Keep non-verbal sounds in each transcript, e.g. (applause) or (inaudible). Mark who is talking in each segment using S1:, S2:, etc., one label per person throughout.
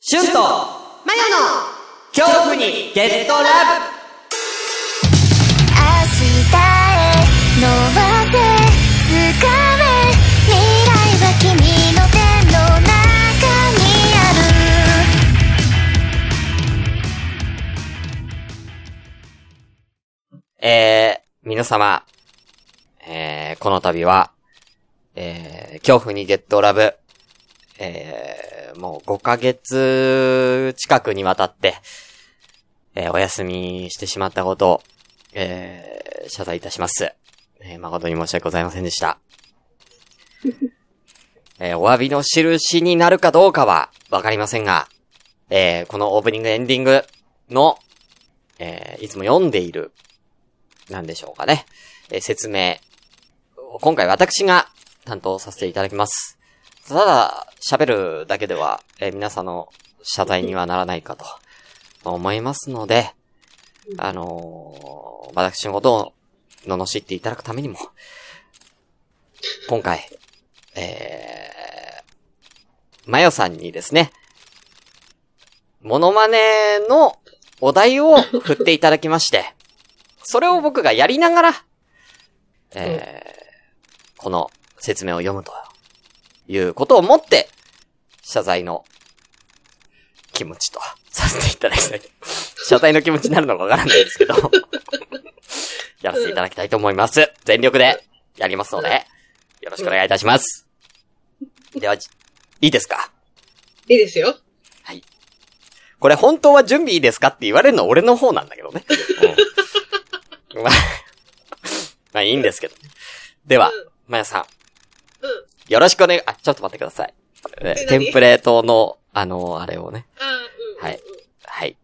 S1: シュンと
S2: マヨの
S1: 恐怖にゲットラブ
S3: 明日へ伸ばせ掴め未来は君の手の中にある
S1: えー、皆様、えー、この度は、えー、恐怖にゲットラブ、えー、もう5ヶ月近くにわたって、えー、お休みしてしまったことを、えー、謝罪いたします。えー、誠に申し訳ございませんでした。えー、お詫びの印になるかどうかは、わかりませんが、えー、このオープニングエンディングの、えー、いつも読んでいるなんでしょうかね。えー説明。今回私が担当させていただきます。ただ、喋るだけでは、えー皆さんの謝罪にはならないかと、まあ思いますので、あのー私のことを罵っていただくためにも、今回、えー、まよさんにですね、モノマネのお題を振っていただきまして、それを僕がやりながら、えーこの説明を読むということをもって、謝罪の気持ちとさせていただきたい。謝罪の気持ちになるのかわからないですけど、やらせていただきたいと思います。全力でやりますので、よろしくお願いいたします。では、じいいですか
S2: いいですよ。
S1: これ本当は準備いいですかって言われるのは俺の方なんだけどね。うん、まあ、まあいいんですけど。では、まやさん。
S2: うん
S1: よろしくお願い、あ、ちょっと待ってください。え
S2: え何
S1: テンプレートの、あの、あれをね。
S2: あうん。
S1: はい。はい。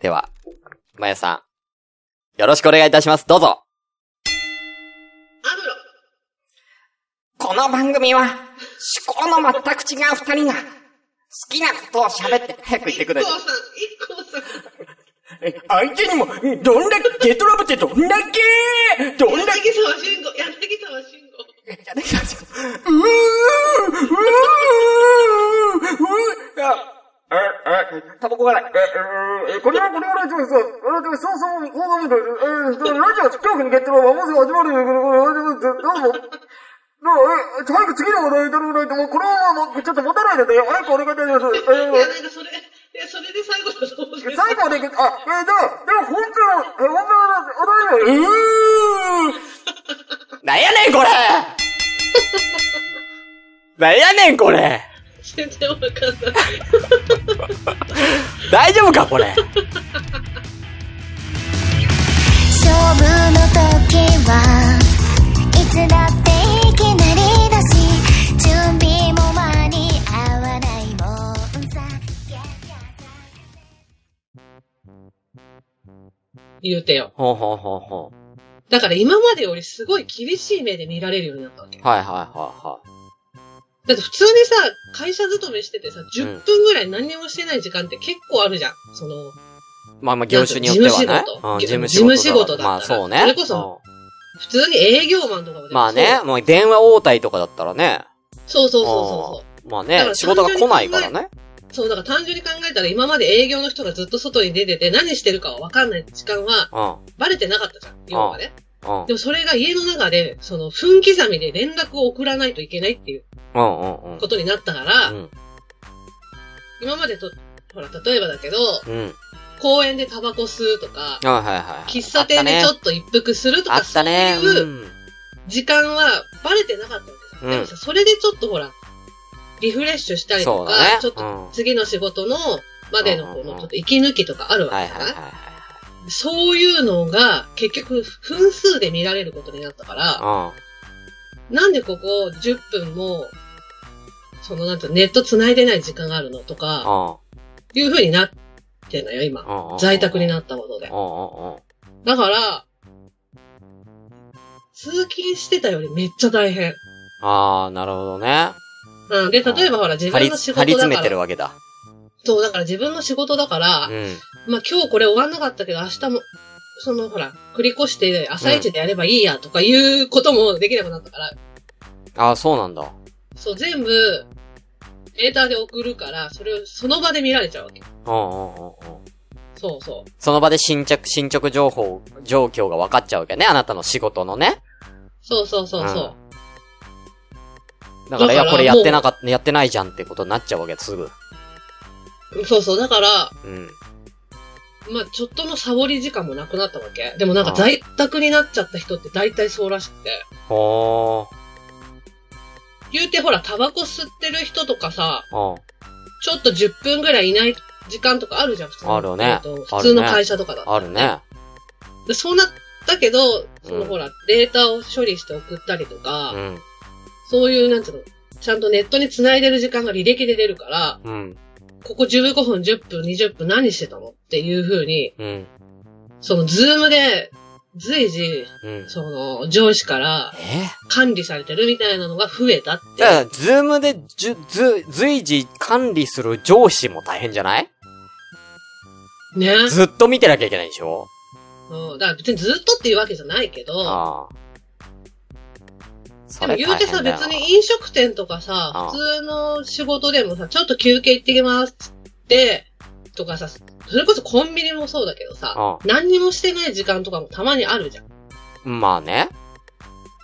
S1: では、まやさん。よろしくお願いいたします。どうぞ。
S2: アムロ。
S1: この番組は、思考の全く違う二人が、好きなことを喋って、早く言ってください。
S2: IKKO さん、IKKO さん。
S4: 相手にも、どんだけ、ゲトラブってどんだけどんだけ
S2: 柳沢慎吾、柳沢慎吾。
S4: うーうーうーうーあ、あ、あ、タバコがない。え、え、これは、これは、そうそう、そうそう、こういうこと、え、ラジオ、恐怖にゲットラブはもうすぐ始まるよ、どうも。どうも、早く次の話題いただかないと、もうこれはもう、ちょっと持たないので、早くお願いいたします。
S2: いや、なんかそれ、いや、それで最後だと思うけど。
S4: 最後で、あ、えー、でも、でも、本当は、え、本当は、お題は、うー
S1: なんやねんこ (laughs) れなんやねんこれ
S2: 全然わかんない。
S1: 大丈夫かこれ
S3: 勝負の時はいつだっていきなりだし準備も間に合わないもんさ
S2: 言うてよ。
S1: ほうほうほうほう。
S2: だから今までよりすごい厳しい目で見られるようになったわけ。
S1: はいはいはいはい。
S2: だって普通にさ、会社勤めしててさ、10分ぐらい何にもしてない時間って結構あるじゃん。その、
S1: まあまあ業種によっては
S2: なん
S1: ね
S2: か事
S1: うん
S2: 務仕。事事務仕事だったら
S1: まあそうね。
S2: それこそ普通に営業マンとかも
S1: う
S2: で
S1: んまあね、。もう電話応対とかだったらね。
S2: そうそうそうそうそう。
S1: うんまあ
S2: だか
S1: ね、
S2: ら
S1: 仕事が来ないからね。
S2: そう、だから単純に考えたら今まで営業の人がずっと外に出てて何してるかは分かんない時間は
S1: うん。
S2: バレてなかったじゃん、今まで。
S1: うん。
S2: でもそれが家の中で、その分刻みで連絡を送らないといけないっていう
S1: うんうんうん。
S2: ことになったから、
S1: うん。
S2: 今までと、ほら、例えばだけど、
S1: うん。
S2: 公園でタバコ吸うとか、
S1: はいはいはい。
S2: 喫茶店でちょ
S1: と。
S2: っと一服すると
S1: あ
S2: か、
S1: ったね。
S2: そう
S1: う。
S2: いうん時間はバレてなかったわけじ
S1: う
S2: ゃん。
S1: ん
S2: でもさ、それでちょっとほら、リフレッシュしたり
S1: そ
S2: と
S1: う
S2: か、
S1: だね。
S2: ちょっ
S1: う
S2: と
S1: ん
S2: 次の仕事のまでのこ
S1: うんうんう
S2: の
S1: ん
S2: ちょっと息抜きとかあるわ
S1: は
S2: け
S1: い
S2: じ
S1: は
S2: ゃ
S1: い
S2: な
S1: はいいはい。
S2: そういうのが結局分数で見られることになったから、
S1: うん。
S2: なんでここ10分も、そのなんてネット繋いでない時間があるのとか、
S1: う
S2: いう風になってんのよ、今。
S1: ん。うん。
S2: 在宅に
S1: っ
S2: なったことで
S1: う。んうんうん。
S2: だから、通勤してたよりめっちゃ大変。
S1: ああ、なるほどね。
S2: うん。で、例えばほら自
S1: 張り
S2: 分の仕
S1: 張り
S2: 事だ
S1: 詰め
S2: か
S1: てる
S2: ら、
S1: わけだ。
S2: そう、だから自分の仕事だから、
S1: うん。
S2: まあ今日これ終わんなかったけど明日も、そのほら、繰り越して朝一でやればいいやとかいうこともできなくなったから、
S1: ああ、そうなんだ。
S2: そう、全部、データで送るから、それをその場で見られちゃうわけ。
S1: うんうんうんうん。
S2: そうそう。
S1: その場で進捗、進捗情報、状況が分かっちゃうわけね。あなたの仕事のね。
S2: そうそうそうそう。
S1: だから、い
S2: だ
S1: や、
S2: から
S1: これやってなかった、やってないじゃんってことになっちゃうわけ、すぐ。
S2: そうそう。だから、
S1: うん。
S2: まあちょっとのサボり時間もなくなったわけ。でもなんか在宅になっちゃった人って大体そうらしくて。
S1: ほ
S2: 言うてほら、タバコ吸ってる人とかさ、
S1: ー。うん。
S2: ちょっと10分ぐらいいない時間とかあるじゃん、普通の
S1: あるね
S2: えっと普通の会社とかだと
S1: あるね。
S2: でそうなったけど、その
S1: うん
S2: ほら、データを処理して送ったりとか、
S1: うん。
S2: そういう、なんていうの、ちゃんとネットに繋いでる時間が履歴で出るから、
S1: うん。
S2: ここ15分、10分、20分何してたのっていう風に、
S1: うん。
S2: そのズームで、随時、
S1: うん。
S2: その、上司から
S1: え
S2: 管理されてるみたいなのが増えたっ
S1: じゃ
S2: て。
S1: あ、ズームでじゅ、ず、随時管理する上司も大変じゃない
S2: ね。
S1: ずっと見てなきゃいけないでしょ
S2: うん。だから別にずっとっていうわけじゃないけど、
S1: ああ。
S2: で
S1: そ
S2: も
S1: れ
S2: 言うてさ、
S1: 大変だよ
S2: 別に飲食店とかさ
S1: あ、
S2: 普通の仕事でもさ、ちょっと休憩行ってきますって、とかさ、それこそコンビニもそうだけどさ、
S1: う
S2: 何にもしてない時間とかもたまにあるじゃん。
S1: ん。まあね。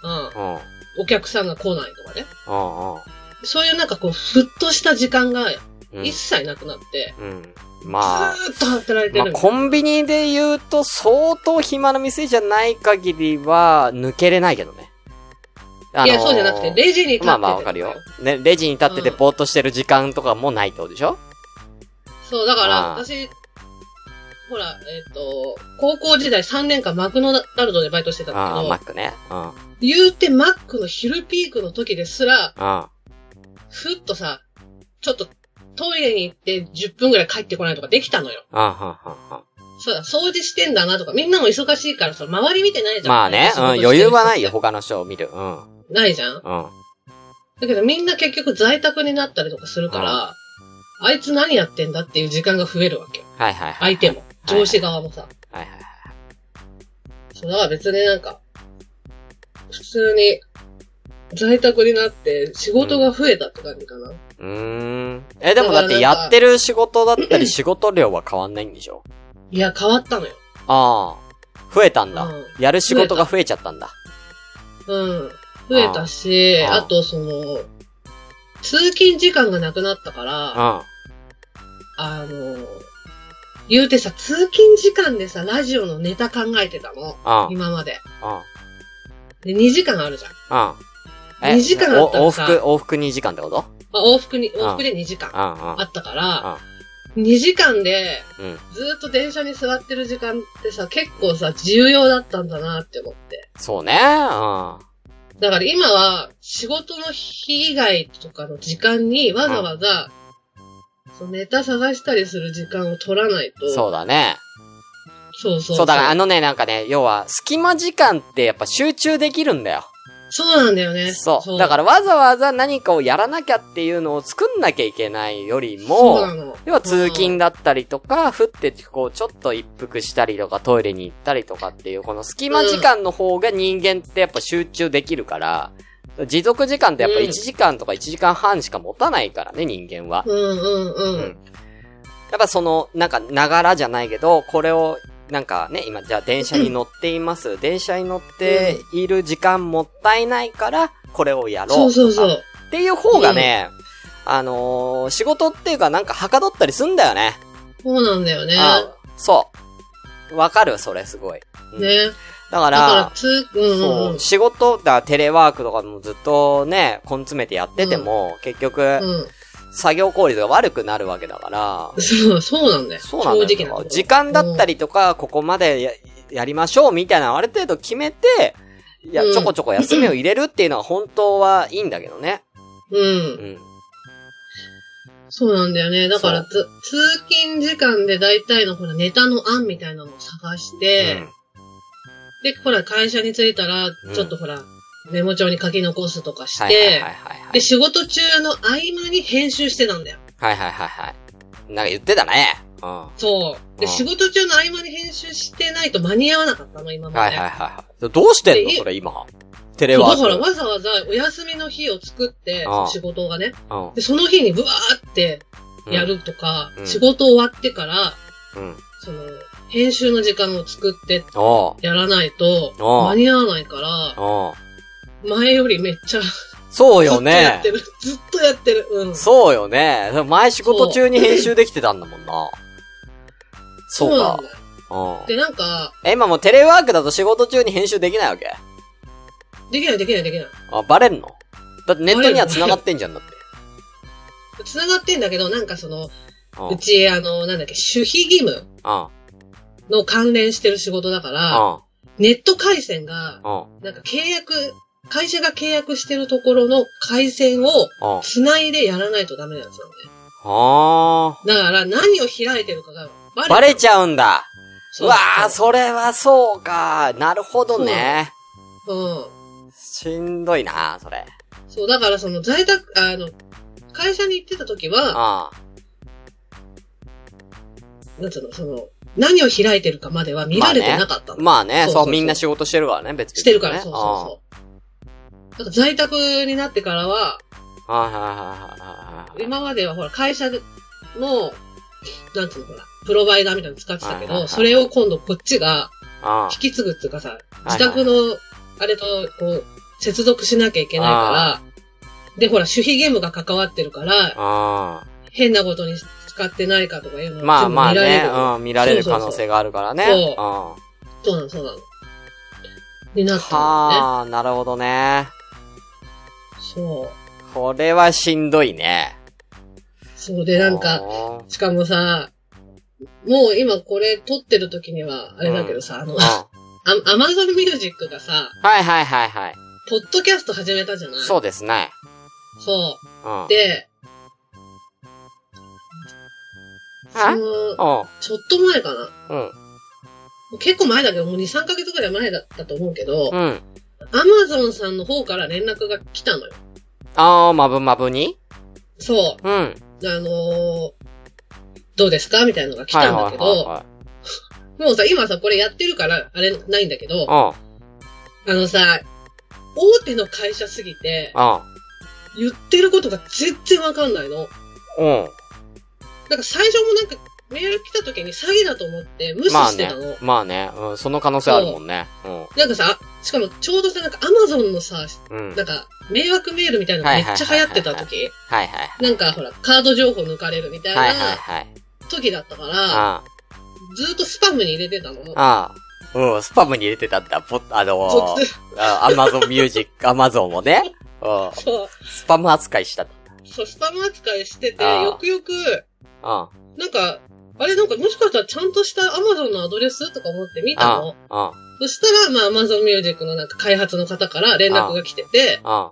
S2: うん。
S1: うん。うん
S2: お客さんが来ないとかね。
S1: うん。
S2: そういうなんかこう、ふっとした時間が
S1: うん
S2: 一切なくなって、
S1: うん。まあ。
S2: ずーっと働いて
S1: まあ、
S2: るみたい
S1: コンビニで言うと相当暇な店じゃない限りは抜けれないけどね。あ
S2: な。い
S1: のー
S2: や、そうじゃなくて、レジに立ってて。
S1: まあまあわかるよ。。ね、レジに立ってて
S2: うん
S1: ぼーっとしてる時間とかもないってことでしょ、
S2: そう、だから、
S1: あー
S2: 私、ほら、えっ、と、高校時代3年間マクドナルドでバイトしてたんだけ
S1: ああ、
S2: ど、
S1: マックね。うん。うん。
S2: 言うてマックの昼ピークの時ですら、
S1: あ
S2: ふっとさ、ちょっとトイレに行って10分ぐらい帰ってこないとかできたのよ。
S1: あ、はんはんはん
S2: そうだ、掃除してんだなとか、みんなも忙しいからさ、周り見てないじゃん。
S1: まあね、う
S2: 仕
S1: ん
S2: 事してる人っ、て
S1: 余裕はないよ、。他の人を見る。うん。うん。
S2: ないじゃん。
S1: あ
S2: だけどみんな結局在宅になったりとかするから、あいつ何やってんだっていう時間が増えるわけよ。
S1: はいはいはい。
S2: 相手も。
S1: はい
S2: 上司側もさ。
S1: はいはい。
S2: そう、だから別になんか、普通に、在宅になって仕事が増えたって感じかな。
S1: うーん。え、でもだってやってる仕事だったり仕事量は変わんないんでしょ
S2: いや、変わったのよ。
S1: ああ。増えたんだ
S2: うん。
S1: やる仕事が増えちゃったんだ。
S2: うん。増えたし、
S1: あ
S2: あ
S1: あ
S2: とその、通勤時間がなくなったから、あ
S1: うん。
S2: の、言うてさ、通勤時間でさ、ラジオのネタ考えてたの。
S1: あ
S2: 今まで。
S1: あ、
S2: で、2時間あるじゃん。
S1: ああ。
S2: 二時間あった
S1: お
S2: の
S1: 往
S2: か
S1: 復、往復2時間ってこと
S2: まあ、往復に、
S1: ん
S2: 往復で2時間
S1: ああ、
S2: あ
S1: あ
S2: ったから
S1: あ、
S2: 2時間で、
S1: うん。
S2: ずーっと電車に座ってる時間ってさ、結構さ、重要だったんだなって思って。
S1: そうね。うん。
S2: だから今は、仕事の日以外とかの時間にわざわざ、そのネタ探したりする時間を取らないと。
S1: そうだね。
S2: そうそう。
S1: そうだから、あのね、なんかね、要は、隙間時間ってやっぱ集中できるんだよ。
S2: そうなんだよね。、
S1: そう。だかららわざわざ何かをやらなきゃっていうのを作んなきゃいけないより
S2: そうな
S1: も、
S2: の。
S1: 要は通勤だったりとか、降ってこう、ちょっと一服したりとか、トイレに行ったりとかっていう、この隙間時間の方が人間ってやっぱ集中できるから、持続時間ってやっぱ
S2: うん
S1: 1時間とか1時間半しか持たないからね、人間は。
S2: うんうんう。
S1: うんんやっぱその、なんか、ながらじゃないけど、これを、なんかね、今、じゃあ電車に乗っています。電車に乗っている時間もったいないから、これをやろ。
S2: そううそうそう。
S1: っていう方がね、あのー仕事っていうかなんかはかどったりすんだよね。
S2: そうなんだよね。
S1: あそう。わかるそれすごい。うん
S2: ね。
S1: だか
S2: だから
S1: ら、、
S2: つ、うんうん。
S1: そううん仕事、だからテレワークとかもずっとね、根詰めてやってても、結局、
S2: うん。
S1: 作業効率が悪くなるわけだから、
S2: そう、そうなんだよ。
S1: そうなんだよ。
S2: 正直なところ。
S1: 時間だったりとか、ここまでややりましょうみたいなのある程度決めて、いや、
S2: うん
S1: ちょこちょこ休みを入れるっていうのは本当はいいんだけどね。
S2: うん。うん
S1: う。ん。
S2: そうなんだよね。だから、つ通勤時間で大体のほらネタの案みたいなのを探して、で、ほら会社に着いたら、
S1: ん
S2: ちょっとほら、メモ帳に書き残すとかして、
S1: はいはいはいはいはい
S2: で、。仕事中の合間に編集してたんだよ。
S1: はいはいはいはい。なんか言ってたね。うん。は
S2: そう。で、
S1: うん
S2: 仕事中の合間に編集してないと間に合わなかったの、今
S1: いは
S2: ま
S1: い
S2: で。
S1: はいはい。どうしてんの
S2: で
S1: それ今。テレ
S2: そう
S1: ワー
S2: だ
S1: ク。
S2: からわざわざお休みの日を作って
S1: ああ、
S2: 仕事がね。
S1: うん
S2: で、その日にブワーって
S1: うん
S2: やるとか、
S1: うん
S2: 仕事終わってから、
S1: うん。
S2: その、編集の時間を作って
S1: おう。
S2: やらないと、
S1: ああ
S2: 間に合わないから、
S1: おう。前
S2: 前よりめっちゃ、
S1: そう
S2: ずっ
S1: よ
S2: とやっ
S1: ね
S2: て。る。ずっとやってる。うん。
S1: そうよね。前仕事中に編集できてたんだもんな。そう
S2: なん
S1: か
S2: だよ。。
S1: うん。
S2: で、なんか、
S1: え、今もうテレワークだと仕事中に編集できないわけ
S2: できないできないできない。
S1: あ、バレんのだってネットには繋がってんじゃんだって。
S2: 繋がってんだけど、なんかその、
S1: うん。うん
S2: う。ち、あの、なんだっけ、守秘義務の関連してる仕事だから、
S1: う
S2: ネット回線が、
S1: ん。うん。
S2: なんか契約、会社が契約してるところの回線を
S1: うん。
S2: 繋いでやらないとダメなんですよね。
S1: あ
S2: だから何を開いてるかがバレ
S1: ー。バレちゃうんだ。う
S2: そう
S1: わー、それはそうか。なるほどね。
S2: うん。
S1: しんどいな、それ。
S2: そう、だからその在宅、あの、会社に行ってた時
S1: あ
S2: は、なんつうの、その、何を開いてるかまでは見られてなかったの。
S1: まあね、
S2: そう
S1: そ、
S2: そうう
S1: みんな仕事してるからね、別に。
S2: してるから、そう
S1: あ
S2: そうそう。だから在宅になってからは、
S1: あはいはいはいはいはいはい。
S2: 今まではほら、会社の、なんつうのほら、プロバイダーみたいなの使ってたけ
S1: はいはいは
S2: ど、
S1: い
S2: それを今度こっちが
S1: あ
S2: 引き継ぐっていうかさ、
S1: いはい
S2: 自宅の、あれと、こう、接続しなきゃいけないから、で、ほら、守秘義務が関わってるから、
S1: あ
S2: 変なことに使ってないかとかいうの
S1: あ
S2: を
S1: まあまあ
S2: 見られ
S1: ね
S2: る、
S1: うん、見られる可能性があるからね。
S2: そうそう
S1: うん。
S2: そうなの、そうなの。になったんだよね。
S1: はあ、なるほどね。
S2: そう。
S1: これはしんどいね。
S2: そうで、なんか、
S1: か、
S2: しかもさ、もう今これ撮ってる時には、あれだけどさ、あ
S1: う
S2: の
S1: ん。、は
S2: あアマゾンミュージックがさ、
S1: いはいはいはい。
S2: ポッドキャスト始めたじゃない
S1: そうですね。
S2: そう
S1: うん。
S2: で、そ
S1: あ
S2: の、
S1: う
S2: ちょっと前かな。
S1: ん。うん。
S2: 結構前だけど、もう2、3ヶ月ぐらい前だったと思うけど、
S1: うん。
S2: アマゾンさんの方から連絡が来たのよ。
S1: ああ、まぶまぶに
S2: そ
S1: うん。はい、
S2: う。あのーどうですかみたいなのが来
S1: はい
S2: たんだ
S1: はい
S2: けど、
S1: は
S2: もうさ、今さ、これやってるから、あれないんだけど、あ
S1: い。うん。
S2: のさ、大手の会社すぎて、言ってることが全然わかんないの。
S1: うん。うん。
S2: なんか最初もなんか、メール来た時に詐欺だと思って無視
S1: まあ
S2: して
S1: ね
S2: たの。。
S1: まあね。うん。その可能性あるもんね。うん。
S2: なんかさ、しかもちょうどさ、なんかアマゾンのさ、
S1: うん。
S2: なんか、迷惑メールみたいなのめっちゃ流行ってた時、
S1: はいはい。
S2: なんかほら、カード情報抜かれるみたい
S1: はいはい
S2: な
S1: はい。
S2: 時だったから、
S1: あ
S2: ずーっとスパムに入れてたの。
S1: あ。ああ。うん。スパムに入れてたんだ。ポッ、あの
S2: そ
S1: ー、アマゾンミュー (laughs) ジック、アマゾンをね。うん。
S2: そう、
S1: スパム扱いした。うん。
S2: そう、スパム扱いしてて、
S1: あー
S2: よくよく、
S1: あ
S2: なんか、あれなんかもしかしたらちゃんとしたアマゾンのアドレスとか思って見た
S1: あ
S2: の。。
S1: あ
S2: そしたら、まあ、アマゾンミュージックのなんか開発の方から連絡が来てて、
S1: あ。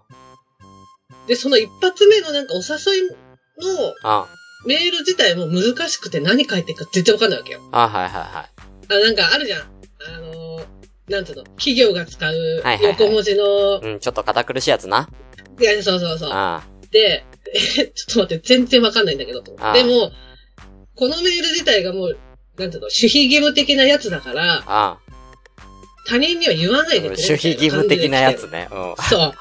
S2: で、その一発目のなんかお誘いの
S1: あ
S2: メール自体も難しくて何書いてるか全然わかんないわけよ。
S1: あ。はいはいは
S2: あ、なんかあるじゃん。あのー、なんていうの、企業が使
S1: は
S2: う
S1: いはいはい
S2: 横文字の、
S1: い。うん。ちょっと堅苦しいやつな。
S2: いやそうそうそう。
S1: あ
S2: で、えちょっと待って、全然わかんないんだけど。で
S1: あ
S2: も、このメール自体がもう、なんていうの、守秘義務的なやつだか
S1: あ。
S2: ら、
S1: ああ。
S2: 他人には言わない (laughs) でく
S1: 守
S2: れみたいな感じ
S1: 秘
S2: で
S1: 義務的なやつ
S2: 来
S1: ね。うん。
S2: てる。
S1: (laughs)
S2: そ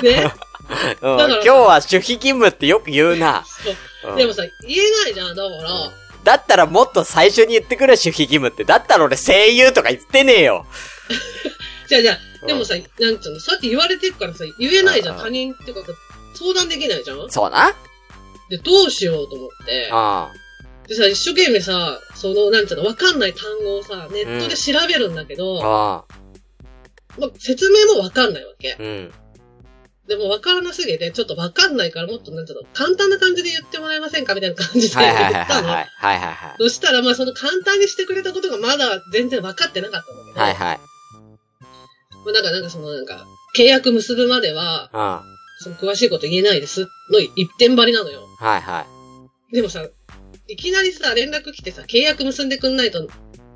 S2: う。ね。
S1: うん
S2: だから
S1: 今日は守秘義務ってよく言うな。
S2: そう
S1: うん
S2: でもさ、言えないじゃん、だから。
S1: だったらもっと最初に言ってくれ、守秘義務って。だったら俺声優とか言ってねえよ。
S2: じゃあじゃ
S1: うん
S2: あ、でもさ、なんつうの、そうやって言われてるからさ、言えないじゃ
S1: あ
S2: ん、
S1: あ
S2: 他人ってこと、相談できないじゃん
S1: そうな。
S2: で、どうしようと思って。
S1: う
S2: でさ、一生懸命さ、その、なんつうの、わかんない単語をさ、ネットで調べるんだけ
S1: ん。
S2: ど、まあ、説明もわかんないわけ。
S1: うん。うん。
S2: でもわからなすぎて、ちょっとわかんないからもっと、なんつうの、簡単な感じで言ってもらえませんかみたいな感じで
S1: はい
S2: 言
S1: はいはい
S2: っ
S1: は
S2: た
S1: い
S2: の。
S1: はい。はいはいはい。
S2: そしたら、まあ、その簡単にしてくれたことがまだ全然分かってなかったのけど、
S1: はいはい。
S2: まあ、だからなんかその、なんか、契約結ぶまでは、
S1: うん。は
S2: その詳しいこと言えないですの一点張りなのよ。
S1: いはい。
S2: でもさ、いきなりさ、連絡来てさ、契約結んでくんないと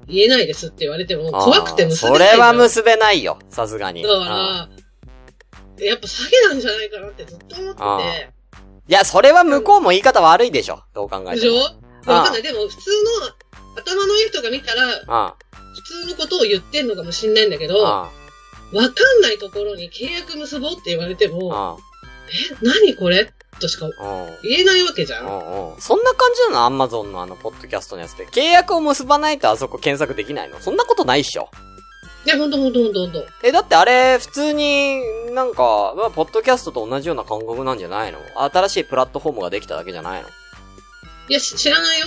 S2: 言えないですって言われても、怖くて結べ
S1: そ
S2: ないじゃん
S1: れは結べないよ。さすがに。
S2: だ
S1: うん
S2: から、やっぱ詐欺なんじゃないかなってずっと思
S1: あ
S2: って
S1: いや、それは向こうも言い方悪いでしょ。どう考え
S2: て、で
S1: て
S2: しょ
S1: も。
S2: わかんない。でも普通の頭のいい人が見たら、
S1: うん。
S2: 普通のことを言ってんのかもしんないんだけ
S1: うん。
S2: ど、わかんないところに契約結ぼうって言われても、
S1: あ
S2: え、何これとしか
S1: あ、うん。
S2: 言えないわけじゃん。
S1: うんうん。そんな感じなのアマゾンのあの、ポッドキャストのやつで。契約を結ばないとあそこ検索できないのそんなことないっしょ。
S2: いや、ほんとほんとほんとほんと。
S1: え、だってあれ、普通に、なんか、まあポッドキャストと同じような感覚なんじゃないの新しいプラットフォームができただけじゃないの
S2: いや、し知らないよ。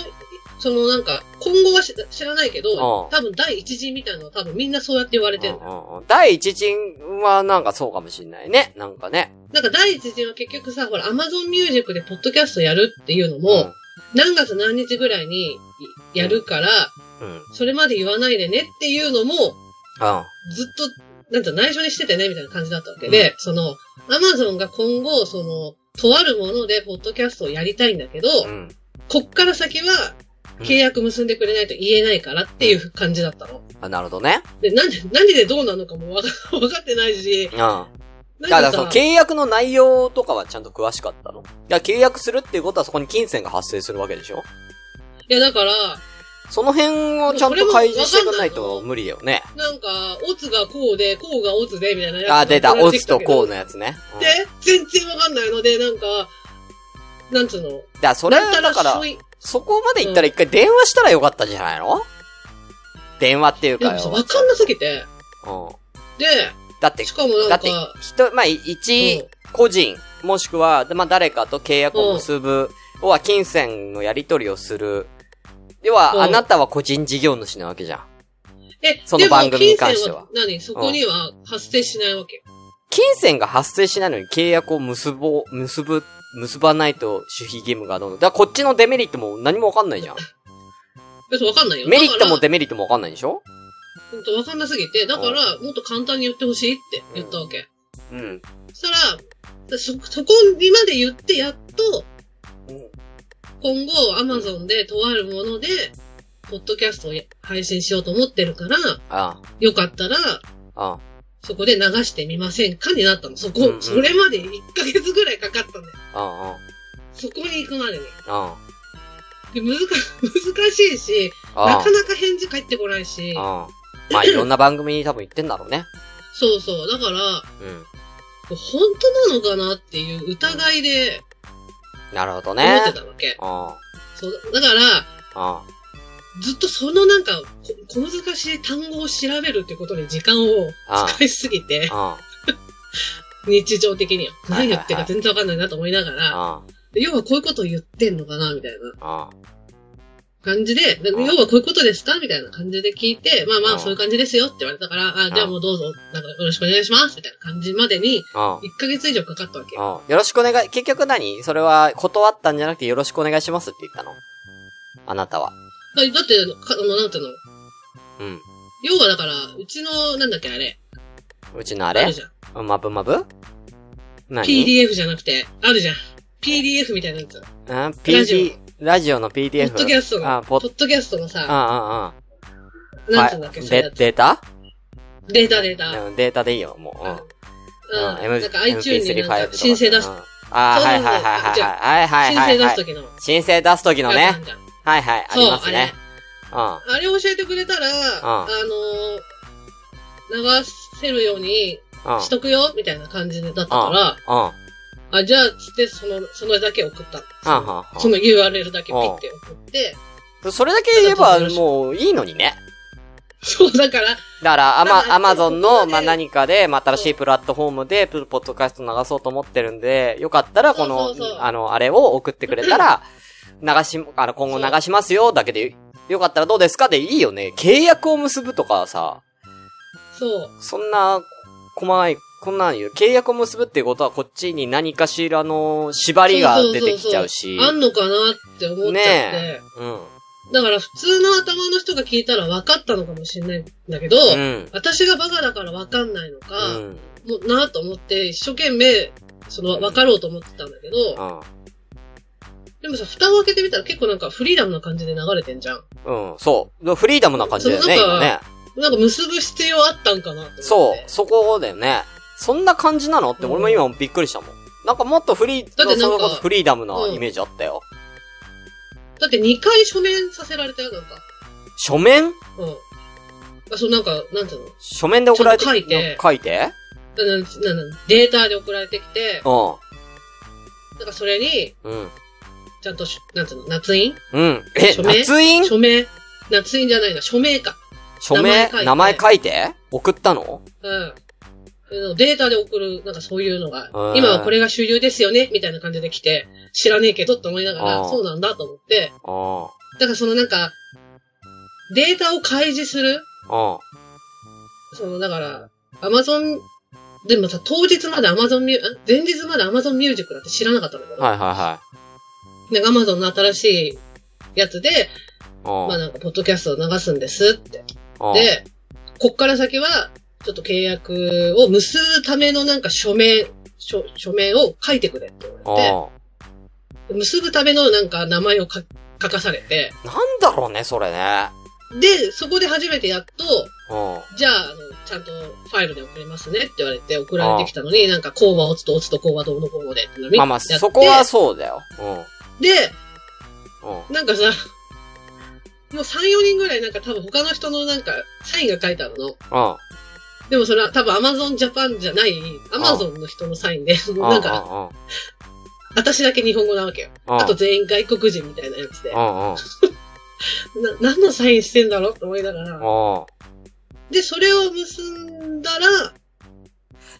S2: そのなんか、今後はし知らないけ
S1: う
S2: ど
S1: ん、
S2: 多分第一陣みたいなのは多分みんなそうやって言われてるんだよ。
S1: うんうんうん。第一陣はなんかそうかもしんないね。なんかね。
S2: なんか第一陣は結局さ、ほら、アマゾンミュージックでポッドキャストやるっていうの
S1: う
S2: も、何月何日ぐらいにいやるから、
S1: ん。うん。うん。
S2: それまで言わないでねっていうのも、ずっと、なんていうの内緒にしててね、みたいな感じだったわけで、その、アマゾンが今後、その、とあるもので、ポッドキャストをやりたいんだけど、
S1: うん。
S2: こっから先は、契約結んでくれないと言えないからっていう感じだったの。
S1: あ、なるほどね。
S2: で、なんで、何でどうなのかもわか (laughs) わかってないし
S1: う、ん。だか
S2: なん
S1: ら
S2: か
S1: その
S2: さ、
S1: 契約の内容とかはちゃんと詳しかったのいや、契約するっていうことはそこに金銭が発生するわけでしょ
S2: いやだから、
S1: その辺をちゃんと開示していかないと無理だよね。
S2: なんか、オツがこうで、こうがオツで、みたいなやつ
S1: あ、出た。
S2: 送ら
S1: オ
S2: れて
S1: ツ
S2: きた
S1: と
S2: けど
S1: コウのやつね。うん
S2: で、全然わかんないので、なんか、なんつうの、
S1: だからそれ
S2: なん
S1: は、
S2: た
S1: だ
S2: ら
S1: か
S2: し
S1: ら
S2: ょ、い、
S1: そこまで行ったら一回電話したらよかったんじゃないの電話っていう
S2: で
S1: か
S2: もさ、
S1: よ。
S2: わかんなすぎて、
S1: うん。
S2: で、
S1: だって
S2: し、かもな
S1: だ
S2: ん
S1: って
S2: か、
S1: 人、まあ、一
S2: うん
S1: 個人、もしくは、まあ、誰かと契約を結ぶ、要は金銭のやり取りをする。要
S2: うん
S1: は、あなたは個人事業主なわけじゃん。
S2: え、
S1: その番組に関しては
S2: でも金銭何そこには発生しないわけ。
S1: 金銭が発生しないのに契約を結ぼう、結ぶ、結ばないと守秘義務がどうの。だからこっちのデメリットも何もわかんないじゃん。
S2: 別にわかんないよ。
S1: メリットも
S2: だか
S1: デメリットもわかんないでしょ
S2: らほんとわかんなすぎて、だから、もっと簡単に言ってほしいって言ったわけ。
S1: うん。
S2: そしたら、そ、そこにまで言って、やっと、今後、アマゾンでとあるもので、ポッドキャストをや配信しようと思ってるから、
S1: あ
S2: よかったら、
S1: あ、ああ。
S2: そこで流してみませんかになったの。そこ、
S1: うんうん
S2: それまで1ヶ月ぐらいかかったんだよ。
S1: あ
S2: そこに行くまでに。
S1: あ、
S2: で、難、 (laughs) 難しいし、
S1: あ
S2: な
S1: あ
S2: か、なか返事返ってこないし、
S1: ああ。まあ、いろんな番組に多分言ってんだろうね。
S2: そうそう。だから、
S1: う
S2: 本当なのかなっていう疑いで
S1: ん。なるほど
S2: 思
S1: ね
S2: (laughs) っ。てたわけ。
S1: あ
S2: そう。だから、
S1: あ、あ
S2: ずっとそのなんか、こ小難しい単語を調べるってことに時間を
S1: ああ
S2: 使いすぎて、
S1: あ、
S2: 日常的には。
S1: はいはいはい
S2: 何言ってるか全然わかんないなと思いながら、
S1: あ
S2: で要はこういうことを言ってんのかな、みたいな
S1: あ、あ
S2: 感じで、で要
S1: あ
S2: はこういうことですかみたいな感じで聞いて、まあま
S1: あ
S2: あそういう感じですよって言われたから、あ、じゃあもうどうぞ、なんかよろしくお願いします、みたいな感じまでに、
S1: あ、
S2: 1ヶ月以上かかったわけ。
S1: ああ。よろしくお願い。結局何それは断ったんじゃなくてよろしくお願いしますって言ったのあなたは。
S2: だだって、かあの、なんていうの
S1: うん。
S2: 要はだから、うちの、なんだっけ、あれ。
S1: うちのあ
S2: あ
S1: れ
S2: るじゃん。
S1: まぶまぶ何
S2: PDF じゃなくて、あるじゃん。PDF みたいなやつ。
S1: うん ?PD
S2: ラジ
S1: ラジオの PDF。
S2: ポッドキャストの、
S1: あ、ポ
S2: ポ
S1: ッ、
S2: ッドキャストの
S1: あ
S2: さ、
S1: あ、ああ。
S2: なんつうんだっけ、
S1: ファイ
S2: それ
S1: デデータ
S2: データデータ。
S1: うんデータでいいよ、もう。うん。
S2: うん。
S1: M-
S2: なんか iTunes になんか申請出す
S1: う。んああ、
S2: そ
S1: は
S2: うそう
S1: い
S2: そう
S1: はいはいはい。
S2: じゃ
S1: はいはい
S2: 申
S1: は
S2: 請
S1: い
S2: 出
S1: は
S2: すと
S1: い。
S2: きの。
S1: 申請出すときの
S2: やつ
S1: ね
S2: ある。じゃん
S1: はいはい、あ
S2: そう、
S1: り
S2: あ
S1: ますね。うん。
S2: れ。あれ教えてくれたら、あのー、流せるように
S1: うん。
S2: しとくよ、みたいな感じだったか
S1: うん。うん。
S2: ら、あ、じゃあ、つって、その、それだけ送ったの。その
S1: うん
S2: その URL だけピッて送って、
S1: それだけ言えば、もういいのにね。
S2: そう、だから、
S1: だから、ア
S2: だか
S1: マ、
S2: ら
S1: アマゾンの、
S2: ここで
S1: まあ、何かで、まあ、新しいプラットフォームで、ポッドキャスト流そうと思ってるんで、よかったら、この
S2: そうそうそう、
S1: あの、あれを送ってくれた
S2: (laughs)
S1: ら、流し、あの、今後流しますよ、だけで、よかったらどうですかでいいよね。契約を結ぶとかさ、
S2: そう、
S1: そんな、細かい、こんなん言う。契約を結ぶっていうことは、こっちに何かしらの、縛りが出てきちゃうし。
S2: あんのかなって思っちゃって。
S1: ねえ。うん。
S2: だから普通の頭の人が聞いたら分かったのかもしれないんだけど、
S1: うん。
S2: 私がバカだから分かんないの
S1: う
S2: か、
S1: ん。
S2: もうなぁと思って一生懸命、その分かろうと思ってたんだけど、
S1: うん。
S2: でもさ、蓋を開けてみたら結構なんかフリーダムな感じで流れてんじゃん。
S1: うん、そう。フリーダムな感じだよね、
S2: そう
S1: 今ね。
S2: なんか結ぶ必要あったんかなと思って。
S1: そう、そこだよね。そんな感じなのって
S2: うん
S1: 俺も今びっくりしたもん。なんかもっとフリー、
S2: だってなん
S1: それ
S2: か
S1: こそフリーダムな
S2: うん
S1: イメージあったよ。
S2: だって2回書面させられたよ、なんか。
S1: 書面
S2: うん。あ、そう、なんか、なんていうの
S1: 書面で送られて
S2: ちゃんと書いて
S1: 書いて
S2: ななななデータで送られてきて、
S1: う
S2: なんかそれに、
S1: ん。うん。
S2: ちゃんとし、なんていうの、夏印
S1: うん。え、
S2: 署名
S1: 夏印
S2: 署名夏印じゃないな、署名か。
S1: 署名名
S2: 名前
S1: 前
S2: 書
S1: 書いて送ったの
S2: うん。データで送る、なんかそういうのが
S1: う、ん
S2: 今はこれが主流ですよね、みたいな感じで来て、知らねえけどって思いなが
S1: う
S2: ら、
S1: ん
S2: そうなんだと思って、
S1: うん。
S2: だからそのなんか、データを開示する、
S1: うん。
S2: そのだから、アマゾン、でもさ、当日までアマゾンミュー、ん前日までアマゾンミュージックだって知らなかったんだけど、
S1: はいはいは
S2: なんかアマゾンの新しいやつで、
S1: い。うん。
S2: まあなんか、ポッドキャストを流すんですって。
S1: うん、
S2: で、こっから先は、ちょっと契約を結ぶためのなんか署名、書署名を書いてくれって言
S1: うん
S2: われて、結ぶためのなんか名前をか書かされて、
S1: なんだろうね、それね。
S2: で、そこで初めてやっと、
S1: うん。
S2: じゃあ、あのちゃんとファイルで送りますねって言われて送られてきたのに、なんかこうはおつとおつとこうはどうのこうのでっていうのを見
S1: まあまあ、
S2: やって
S1: そこはそうだよ。う
S2: で、
S1: ん。うん。
S2: なんかさ、もう3、4人ぐらいなんか多分他の人のなんかサインが書いてあるの。
S1: うん。
S2: でもそれは多分 Amazon Japan じゃない、Amazon の人のサインで、もうなんか、
S1: か、
S2: 私だけ日本語なわけよ。
S1: うん。
S2: あと全員外国人みたいなやつで
S1: う、んうん。
S2: な、何のサインしてんだろうって思いながら。
S1: うん。
S2: で、それを結んだら、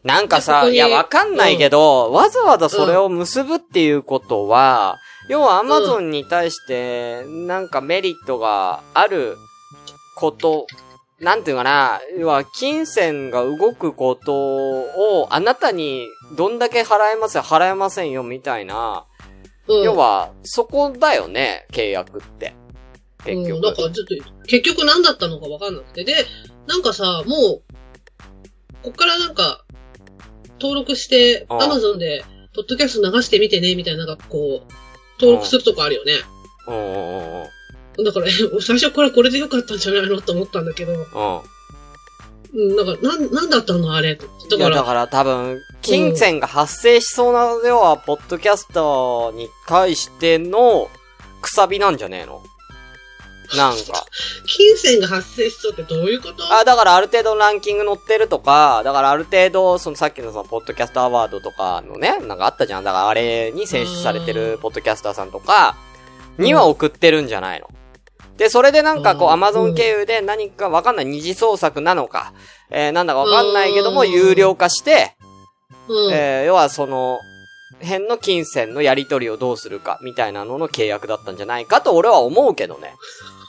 S1: なんか
S2: そ
S1: さ、
S2: こに
S1: いや、わかんないけど、わざわざそれを結ぶっていうことは、要はアマゾンに対して、なんかメリットがあること、なんていうかな、要は金銭が動くことを、あなたにどんだけ払えますよ、払えませんよ、みたいな。
S2: うん。
S1: 要は、そこだよね、契約って。結
S2: う
S1: 局。
S2: ん、なんかちょっと、結局何だったのかわかんなくて。で、なんかさ、もう、こっからなんか、登録して、
S1: ああ
S2: Amazon で、ポッドキャスト流してみてね、みたいな、なんかこう、登録するとこあるよね。
S1: うんうんうんうん。
S2: だから、え (laughs) 最初からこれでよかったんじゃないのと思ったんだけど、
S1: うん。
S2: うん、なんか、なん、なんだったのあれ。だ
S1: いやだ
S2: から、
S1: から多分、金銭が発生しそうな、要は、ポッドキャスターに対しての、くさびなんじゃねえのなん
S2: (laughs)
S1: か。
S2: 金銭が発生しそうってどういうこと
S1: あ、だからある程度ランキング載ってるとか、だからある程度、そのさっきのその、ポッドキャストアワードとかのね、なんかあったじゃん。だからあれに選出されて
S2: う
S1: る
S2: ん
S1: ポッドキャスターさんとか、には送ってるんじゃないの。で、それでなんかこう、
S2: う
S1: ア
S2: ん
S1: マゾン経由で何かわかんない二次創作なのか、えーなんだかわかんないけども、
S2: うん
S1: 有料化して、
S2: うん。
S1: えー要はその、辺の金銭のやり取りをどうするか、みたいなのの契約だったんじゃないかと俺は思うけどね。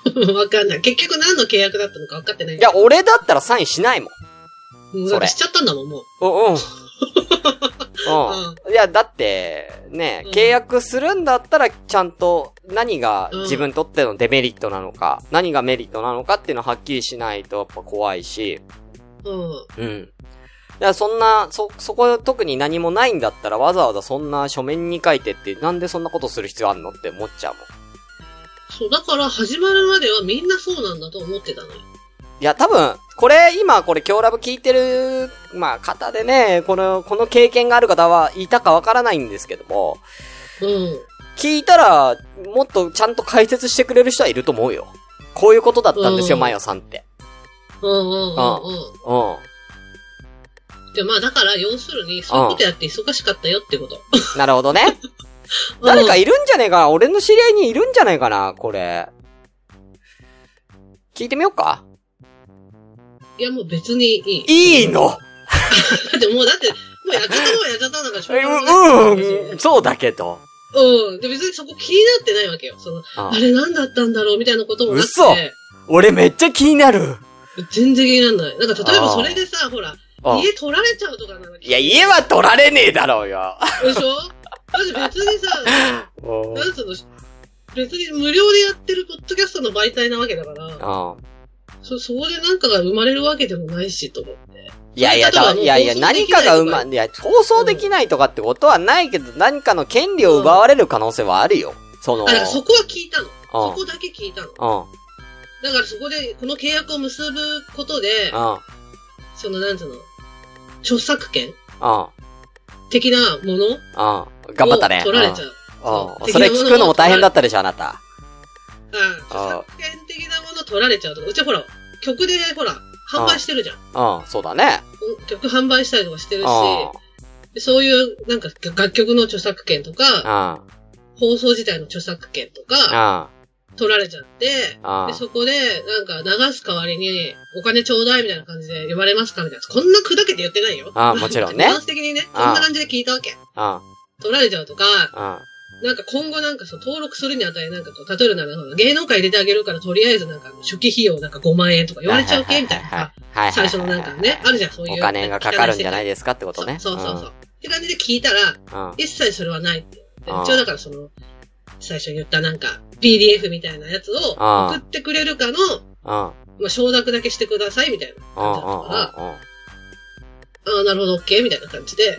S2: (laughs) わかんない。結局何の契約だったのか分かってない。
S1: いや、、俺だったらサインしないもん。
S2: うん、
S1: それ
S2: なんかしちゃったんだもん、 (laughs) もう。
S1: うん、うん。
S2: う
S1: うん。いや、だって、ね
S2: う、ん
S1: 契約するんだったら、ちゃんと何が自分にとってのデメリットなのか、何がメリットなのかっていうのははっきりしないとやっぱ怖いし、
S2: うん。
S1: うん。いや、そんな、そ、そこ特に何もないんだったらわざわざそんな書面に書いてって、なんでそんなことする必要あんのって思っちゃうもん。
S2: そう、だから始まるまではみんなそうなんだと思ってたのよ。
S1: いや、多分、これ、今、これ、今日ラブ聞いてる、まあ、方でね、この、この経験がある方はいたかわからないんですけども、
S2: うん。
S1: 聞いたら、もっとちゃんと解説してくれる人はいると思うよ。こういうことだったんですよ、
S2: うん
S1: マヨさんって。
S2: うんうんう
S1: うん。
S2: んうん。で、まあだから、要するに、そういうことやって忙しかったよってこと。
S1: なるほどね。誰か
S2: うん
S1: いるんじゃねえかな俺の知り合いにいるんじゃないかなこれ。聞いてみようか
S2: いや、もう別にいい。
S1: いいの
S2: だってもう、だって、もうやっちゃったもんやっちゃったんだからしょうが
S1: う
S2: ない。
S1: ん、うん、そうだけど。
S2: うん。で、別にそこ気になってないわけよ。その、
S1: うん
S2: あ (laughs) れ何だったんだろうみたいなこともなく
S1: 嘘
S2: て。
S1: 俺めっちゃ気になる。
S2: 全然気にならない。なんか、例えば
S1: あー
S2: それでさ、ほら、
S1: うん
S2: 家取られちゃうとかなの
S1: いや、家は取られねえだろうよ。
S2: でしょだって別にさ、
S1: うん
S2: なんつうの、別に無料でやってるポッドキャストの媒体なわけだから、
S1: うん。
S2: そ、そこでなんかが生まれるわけでもないし、と思って。
S1: いやいや、
S2: そういう
S1: だ
S2: ことはもう
S1: いやいや、
S2: 放送で
S1: 何
S2: きな
S1: か
S2: いとか
S1: がうま、いや、放送できないとかってことはないけど、何かの権利を奪われる可能性はあるよ。その、
S2: あ、だからそこは聞いたの。
S1: うん
S2: そこだけ聞いたの。
S1: うん、
S2: だからそこで、この契約を結ぶことで、
S1: うん、
S2: その、なんつうの、著作権
S1: うん、
S2: 的なものを
S1: うん。頑張ったね。
S2: 取られちゃう。
S1: うん。
S2: そう
S1: うん。それ聞くのも大変だったでしょ、あなた。
S2: うん著作権的なもの取られちゃうとか、うちはほら、曲でほら、販売してるじゃん。
S1: うん、そうだね。
S2: 曲販売したりとかしてるし、
S1: う
S2: でそういう、なんか楽曲の著作権とか、
S1: ん、うん、
S2: 放送自体の著作権とか、
S1: うん。
S2: 取られちゃって、
S1: ああ
S2: で、そこで、なんか流す代わりに、お金ちょうだいみたいな感じで言われますかみたいな。こんな砕けて言ってないよ。
S1: ああもちろんね
S2: ニュアンス的にね、 (laughs) こん
S1: ああ
S2: な感じで聞いたわけ。
S1: うん、
S2: 取られちゃうとか、
S1: うん、
S2: なんか今後なんかそう登録するにあたりなんかこう、例えるならほら芸能界入れてあげるからとりあえずなんか初期費用なんか5万円とか言われちゃうけみたいなさ。
S1: はいはいはいはいはい
S2: 最初のなんかね、あるじゃん、そういう。
S1: お金がかかるんじゃない
S2: い
S1: ですかってことね。
S2: そうそうそう。って感じで聞いたら、
S1: うん。うん。
S2: 一切それはないって言
S1: ああ
S2: われて。一応だからその、最初に言ったなんか、PDF みたいなやつを
S1: ああ
S2: 送ってくれるかの、
S1: うん。
S2: まあ、承諾だけしてくださいみたいな
S1: うん。
S2: 感じだったから、
S1: うん。
S2: ああ、なるほど、OK みたいな感じで、
S1: うん。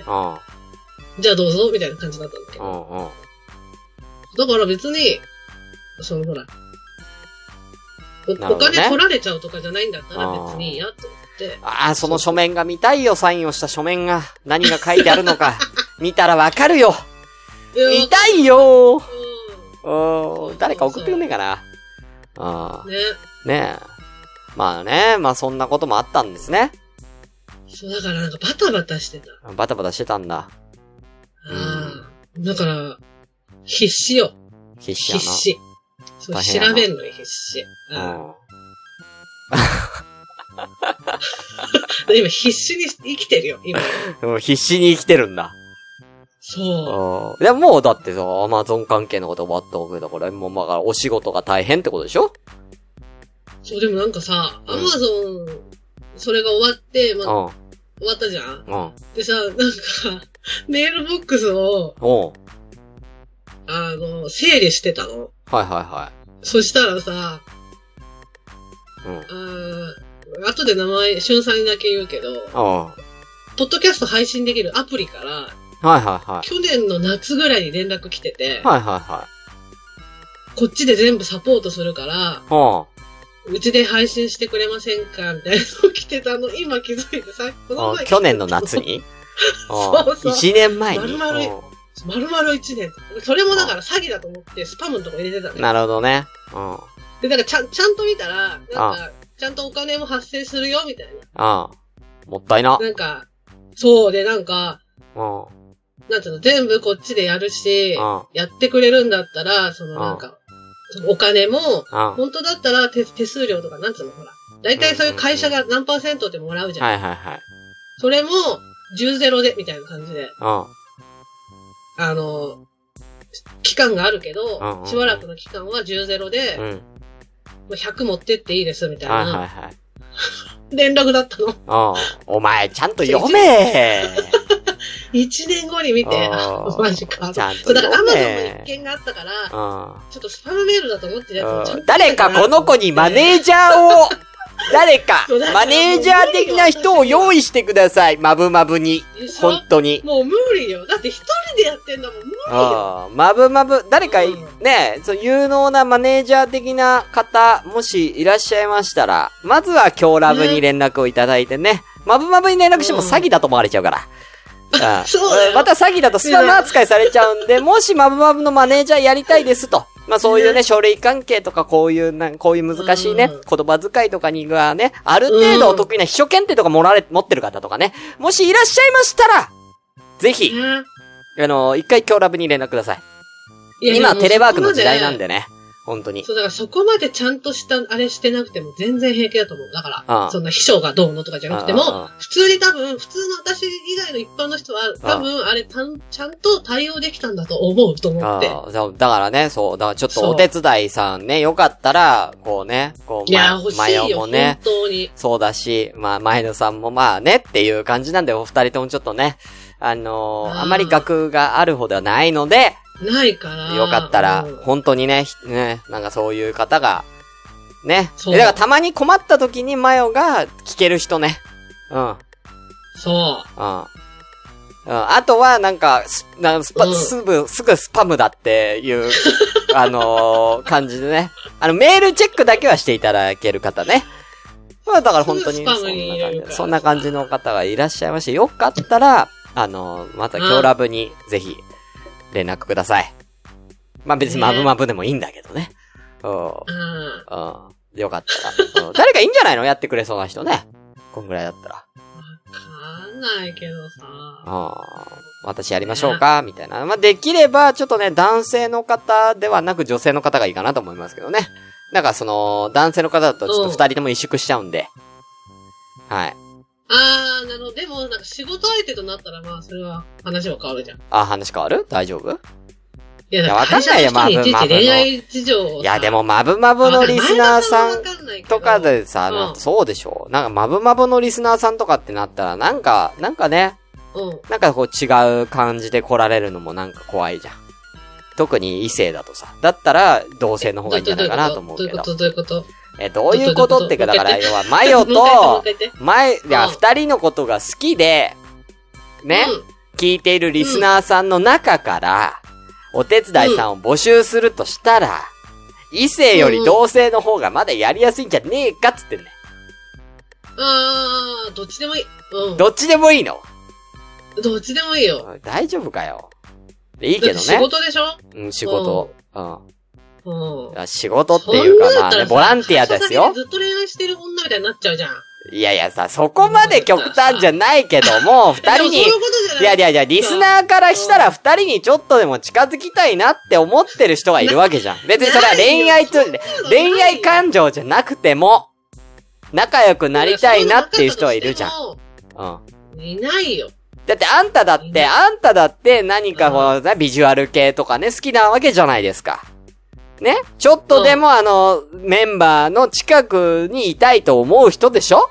S2: じゃあどうぞみたいな感じだったんだけ
S1: う
S2: ど。
S1: ん。うん。
S2: だから別に、そのほら、お
S1: なる
S2: お
S1: ほどね
S2: 金取られちゃうとかじゃないんだったら
S1: あー
S2: 別にいいやと思って。
S1: ああ、その書面が見たいよ、サインをした書面が。何が書いてあるのか。見たらわかるよ
S2: いや
S1: 見たいよ
S2: う
S1: おー誰か送ってくんねえかな。あ
S2: んね。
S1: あ、ねえ。まあね、まあそんなこともあったんですね。
S2: そう、だからなんかバタバタしてた。
S1: バタバタしてたんだ。
S2: ああ。だから、必死よ。
S1: 必死や
S2: 必
S1: な。
S2: 死。そう、
S1: 大変やな
S2: 調べんのに必死。
S1: う
S2: あ
S1: ん。
S2: あ今必死に生きてるよ、今。
S1: でも必死に生きてるんだ。
S2: そう。
S1: ああ。でももうだってさ、アマゾン関係のこと終わったわけだから、もうまあお仕事が大変ってことでしょ
S2: そう、でもなんかさ、
S1: うん
S2: アマゾン、それが終わって、まあ、
S1: うん。
S2: 終わったじゃん
S1: うん。
S2: でさ、なんか、 (laughs) メールボックスを、
S1: おう
S2: あの、整理してたの。
S1: はいは
S2: そしたらさ、
S1: いはい。うん。
S2: あー後で名前、しゅんさんにだけ言うけど、
S1: うん。はい
S2: ポッドキャスト配信できるアプリから、
S1: はいはい。
S2: 去年の夏ぐらいに連絡来てて、
S1: はいはいは
S2: こっちで全部サポートするから、
S1: い。うん。
S2: うちで配信してくれませんかみたいなの来てたの、今気づいてさ、この
S1: あ
S2: 前。
S1: 去年の夏に
S2: (laughs) そうそう
S1: あ一年前に。
S2: 丸々
S1: う
S2: まるまる1年。それもだから詐欺だと思ってスパムのとこ入れてた
S1: ん
S2: の。
S1: なるほどね。うん。うん。
S2: で、だからちゃん、ちゃんと見たら、なんか、ちゃんとお金も発生するよ、みたい
S1: もったいな。
S2: な。なんか、そうで、なんか、
S1: うん。うん。
S2: なんていうの、全部こっちでやるし、
S1: うん
S2: やってくれるんだったら、その
S1: うん
S2: なんか、そのお金も、
S1: は
S2: 本当だったら手手数料とか、なんつうの、ほら。大体そういう会社が何パーセントでもらう
S1: い
S2: じゃん。
S1: はいはい。
S2: それも、10ゼロで、みたいな感じで。
S1: うん。
S2: あの、期間があるけ
S1: うんうんう
S2: ど、
S1: ん
S2: しばらくの期間は10ゼロで、
S1: う
S2: も
S1: ん。
S2: う100持ってっていいです、みたい
S1: はいは
S2: ない
S1: はい。
S2: 連絡だった
S1: う
S2: の。
S1: ん。お前、ちゃんと読
S2: (laughs)
S1: め
S2: 一年後に見て、
S1: あ
S2: あ
S1: ー
S2: マジか。
S1: ちゃん
S2: そ
S1: と
S2: う、だからア
S1: 読
S2: マゾンの一
S1: め
S2: 件があったから、
S1: うん。
S2: ちょっとスパムメールだと思ってたやつをちゃん
S1: うん
S2: と
S1: 誰かこの子にマネージャー
S2: (laughs)
S1: を、誰か
S2: そうだ、から
S1: マネージャー的な人を用意してください。まぶまぶに
S2: で。しょ
S1: 本当に。
S2: もう無理よ。だって一人でやってんだもん、無理よ。
S1: ああ、まぶまぶ、誰かい、
S2: うん
S1: ねえ、そう、有能なマネージャー的な方、もしいらっしゃいましたら、まずは今日ラブに連絡をいただいてね、まぶまぶに連絡しても
S2: うん
S1: 詐欺だと思われちゃうから。
S2: (laughs)
S1: ああ
S2: そうだよ
S1: また詐欺だとスパム扱いされちゃうんで、もしまぶまぶのマネージャーやりたいですと。まあそういうね、書類関係とかこういうな、こういう難しいね、
S2: うん
S1: 言葉遣いとかにはね、ある程度お得意な秘書検定とかもられ、持ってる方とかね、もしいらっしゃいましたら、ぜひ、
S2: ね
S1: あの、一回今日ラブに連絡ください。
S2: いや
S1: 今
S2: でも
S1: テレワークの時代なん
S2: そこ
S1: でね。本当
S2: ま
S1: に。
S2: そう、だからそこまでちゃんとした、あれしてなくても全然平気だと思う。だか
S1: ああ
S2: ら、そんな秘書がどうのとかじゃなくて
S1: ああ
S2: も
S1: ああ、
S2: 普通に多分、普通の私以外の一般の人は、多分、あれたん、ちゃんと対応できたんだと思うと思
S1: あ
S2: って。
S1: あそうだからね、そう、だからちょっとお手伝いさんね、よかったら、こうね、こう、
S2: いや、
S1: ま
S2: 欲しい
S1: マヨ
S2: よ、
S1: もね
S2: 本、当に。
S1: そうだし、まあ、前野さんもまあね、っていう感じなんで、お二人ともちょっとね、あのー
S2: あー
S1: あまり額があるほどではないので、
S2: ないから。
S1: よかったら
S2: うん、
S1: 本当にね、ひね、なんかそういう方が、ね。
S2: そ
S1: で
S2: う
S1: だからたまに困った時にマヨが聞ける人ね。うん。
S2: そう。
S1: うん。うんあとは、なんか、す、なんスパ、
S2: うん
S1: すぐ、すぐスパムだって
S2: (laughs)
S1: いう、あのー感じでね。あの、メールチェックだけはしていただける方ね。まあ、だから本当に、
S2: すぐス
S1: そ
S2: パムに
S1: んな
S2: 入
S1: 感
S2: れ
S1: じ
S2: る
S1: の、
S2: から
S1: そんな感じの方がいらっしゃいまして、よかったら、あのーまた今日ラブに、ぜひ、連絡ください。まあ、別に
S2: ね
S1: マブマブでもいいんだけどね。うん。
S2: うん。
S1: うん。よかったら。うん誰かいいんじゃないのやってくれそうな人ね。こんぐらいだったら。
S2: わかんないけどさ。
S1: あー私やりましょうかみたいな。まあ、できれば、ちょっとね、男性の方ではなく女性の方がいいかなと思いますけどね。なんかその、男性の方だとちょっと二人とも萎縮しちゃうんで。はい。
S2: あー、なるほど。でも、なんか仕事相手となったら、まあ、それは話は変わるじゃん。い
S1: あ、話変わる大丈夫
S2: や、
S1: や
S2: だから
S1: わか
S2: 会
S1: んな
S2: 社
S1: い
S2: の
S1: よ
S2: 人に
S1: まあ
S2: いちいち
S1: まあ
S2: 恋愛事情を
S1: い
S2: さ
S1: や、で、も、マブマブのリスナーさんとか
S2: で。
S1: でさ、
S2: うん
S1: なんかそうでしょなんか、マブマブのリスナーさんとかってなったら、なんか、なんかね、
S2: うん。
S1: なんかこう違う感じで来られるのもなんか怖いじゃん。特に異性だとさ。だったら、同性の方がいいんじゃないかなと思うけど。
S2: どういうこと
S1: え、どういうことってか、だから、要は、マ
S2: どういう
S1: ヨ
S2: こともう (laughs)
S1: と
S2: 一、回言って
S1: 前、いや、
S2: うん
S1: 二人のことが好きで、ね、
S2: もう一回言って
S1: 聞いているリスナーさんの中から、お手伝いさんを募集するとしたら、異性より同性の方がまだやりやすいんじゃねえかっつってんね。
S2: うん。あー、どっちでもいい。うん。
S1: どっちでもいいの
S2: どっちでもいいよ。
S1: 大丈夫かよ。でいいけど
S2: だって仕
S1: ね。
S2: 事でしょ
S1: うん、仕事。うん。
S2: うん。
S1: 仕事っていうか
S2: そんな
S1: ま
S2: んだ
S1: あ
S2: った
S1: ね、
S2: らさ
S1: ボランティアです
S2: 会社先
S1: よ。
S2: ずっと恋愛してる女みたいになっちゃうじゃん。
S1: いやいやさ、そこまで極端じゃないけ
S2: (laughs)
S1: ども、二人に、
S2: でもそういうことじゃない
S1: いやいやいや、リスナーからしたら二人にちょっとでも近づきたいなって思ってる人がいるわけじ
S2: (laughs)
S1: ゃん。別にそれは恋愛と
S2: ないよ、
S1: 恋愛感情じゃなくても、仲良くなりたいなっていう人はいるじゃん。うん。
S2: ん。いないよ。
S1: だってあんただっ
S2: い
S1: て、
S2: ない
S1: あんただって何かこうね、ビジュアル系とかね、好きなわけじゃないですか。ねちょっとでもあの、メンバーの近くにいたいと思う人でしょ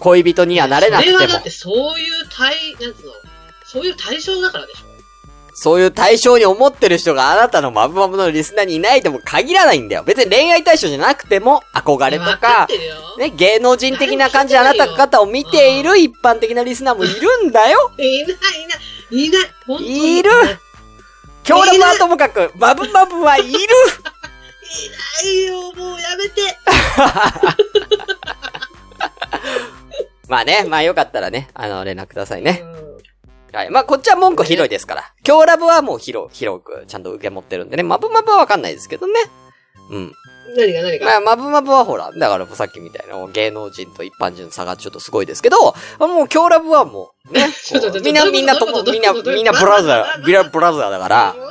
S1: 恋人にはなれなくて
S2: そ
S1: も
S2: れはだってそういう対、なんつうの、そういう対象だからでしょ。
S1: そういう対象に思ってる人があなたのマブマブのリスナーにいないとも限らないんだよ。別に恋愛対象じゃなくても、憧れと
S2: 分かっ
S1: か、
S2: てるよ。
S1: ね、芸能人的な感じであなた方を見ている一般的なリスナーもいるんだよ。
S2: いない、いない、いない。本当に
S1: いる強力はともかく、マブマブはいる
S2: いないよ、もうやめて。
S1: まあね、まあよかったらね、あの、連絡くださいね。
S2: うん
S1: はい。まあこっちは文句広いですから。強ラブはもう広、広く、ちゃんと受け持ってるんでね。マブマブはわかんないですけどね。うん。
S2: 何が何
S1: ま
S2: が
S1: あ、マブマブはほら、だからさっきみたいな、芸能人と一般人の差がちょっとすごいですけど、もう強ラブはもう、ね
S2: (laughs) ちょっと
S1: こう
S2: ちょっと
S1: みんな、
S2: どう
S1: み
S2: い
S1: ん
S2: う
S1: な
S2: こと
S1: も、
S2: どう
S1: みん
S2: いう
S1: な、
S2: ことどうい
S1: みん
S2: うこと
S1: なブラザー、ビラブラザーだから
S2: ほ、ん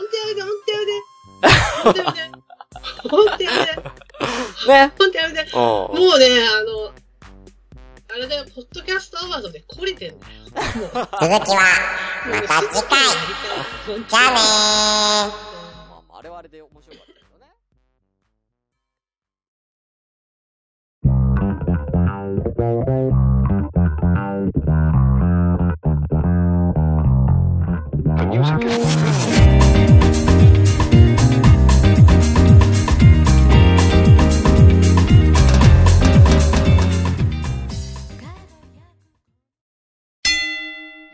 S2: とやめて、ほんとやめて。ほんとやめて。ほんと
S1: ね。
S2: やめて。ほんとやめて。
S1: うん。
S2: もうね、あの、あれだよ、ポッドキャストアワードで懲りてんだよ。もう
S5: 続き
S2: ま
S5: は、た次回じゃあねー。
S1: まあまあ、あれはあれで面白かったけどね。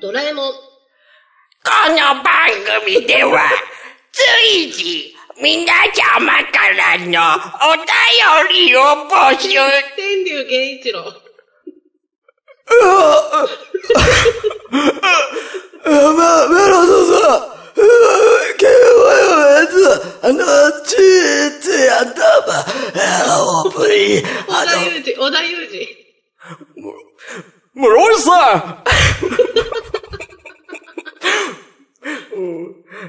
S2: ドラえもん。
S6: この番組では、随時、皆様からのお便りを募集。
S2: 天竜源一郎。
S7: まあ、メロンさん、うーケイワイのやつ、あの、ちーちやったば、えー、オープニング、
S2: 小田裕二、小田裕二。
S7: もう、ロイさん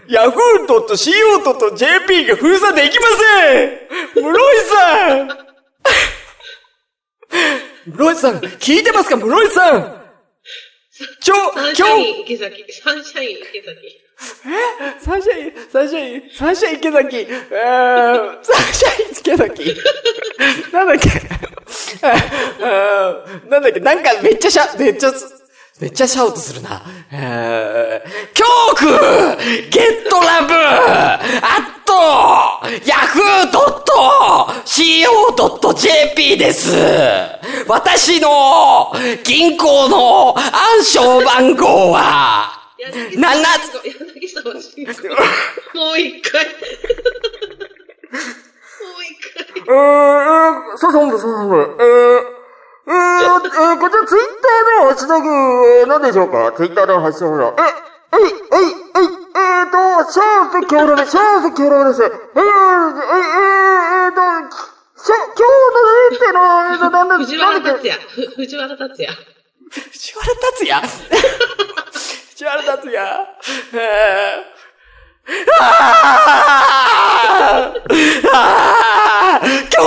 S7: ヤフードと CO と JP が封鎖できません室井さん室井さん、聞いてますか室井さんちょ
S2: サン、シ
S7: 今
S2: ャ
S7: 日
S2: イン池崎。サンシャイン池崎。
S7: サンシャイン、サンシャイン、サンシャイン池崎、えー、サンシャイン池崎。なんだっけ、あーなんだっけ、なんかめっちゃシャ、めっちゃ、めっちゃシャウトするな。えー、教区ゲットラブアットヤフードット CO ドット JP です私の銀行の暗証番号は、
S2: 柳
S7: な
S2: 沢
S7: んな
S2: 慎吾柳沢慎吾。もう一回。もう一回。
S4: えー、えー、ささんぶささんぶ、えー、えー、えー、こちらツイッターのハッシュタグ、えー何でしょうかツイッターのハッシュタグの、え、えい、えい、えい、えーと、シャーズキョロです、シャーズキョロです、えー、えー、えー、えーと、しゃ、今日のでな、ななんで、
S2: 藤
S4: な
S2: 原
S4: んでっ
S2: 達
S4: て
S2: 也。ふ藤原達也。
S1: 藤原達也藤原達也えーあーあー今日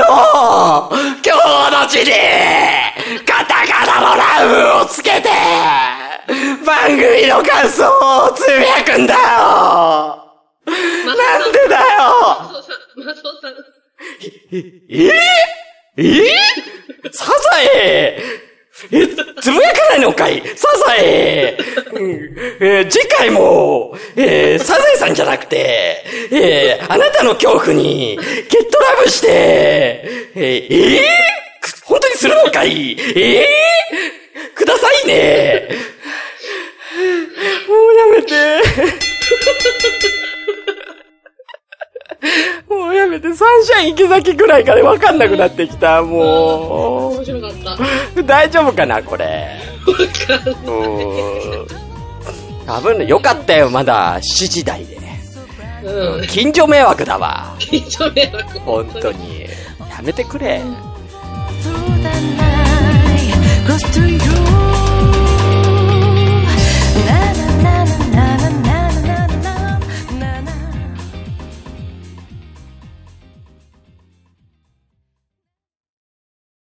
S1: の今日の地にカタカナのラウンをつけて番組の感想をつぶやくんだよ
S2: マス
S1: なんでだよ
S2: オさん、マスオさん。
S1: えええサザエえ、つぶやかないのかいサザエ、うんえー次回も、えーサザエさんじゃなくて、えーあなたの恐怖に、ゲットラブして、えーえー本当にするのかいええくださいねもうやめて。もうやめて、サンシャイン池崎ぐらいからわかんなくなってきた、もう。
S2: 面白かった。わ
S1: 大丈夫かなこれ。
S2: かん
S1: う
S2: ない。
S1: ーん。多分ね、よかったよ、まだ7時台で。
S2: うん。
S1: 近所迷惑だわ。
S2: 緊張迷惑。
S1: 本当に。やめてくれ。
S3: そうだな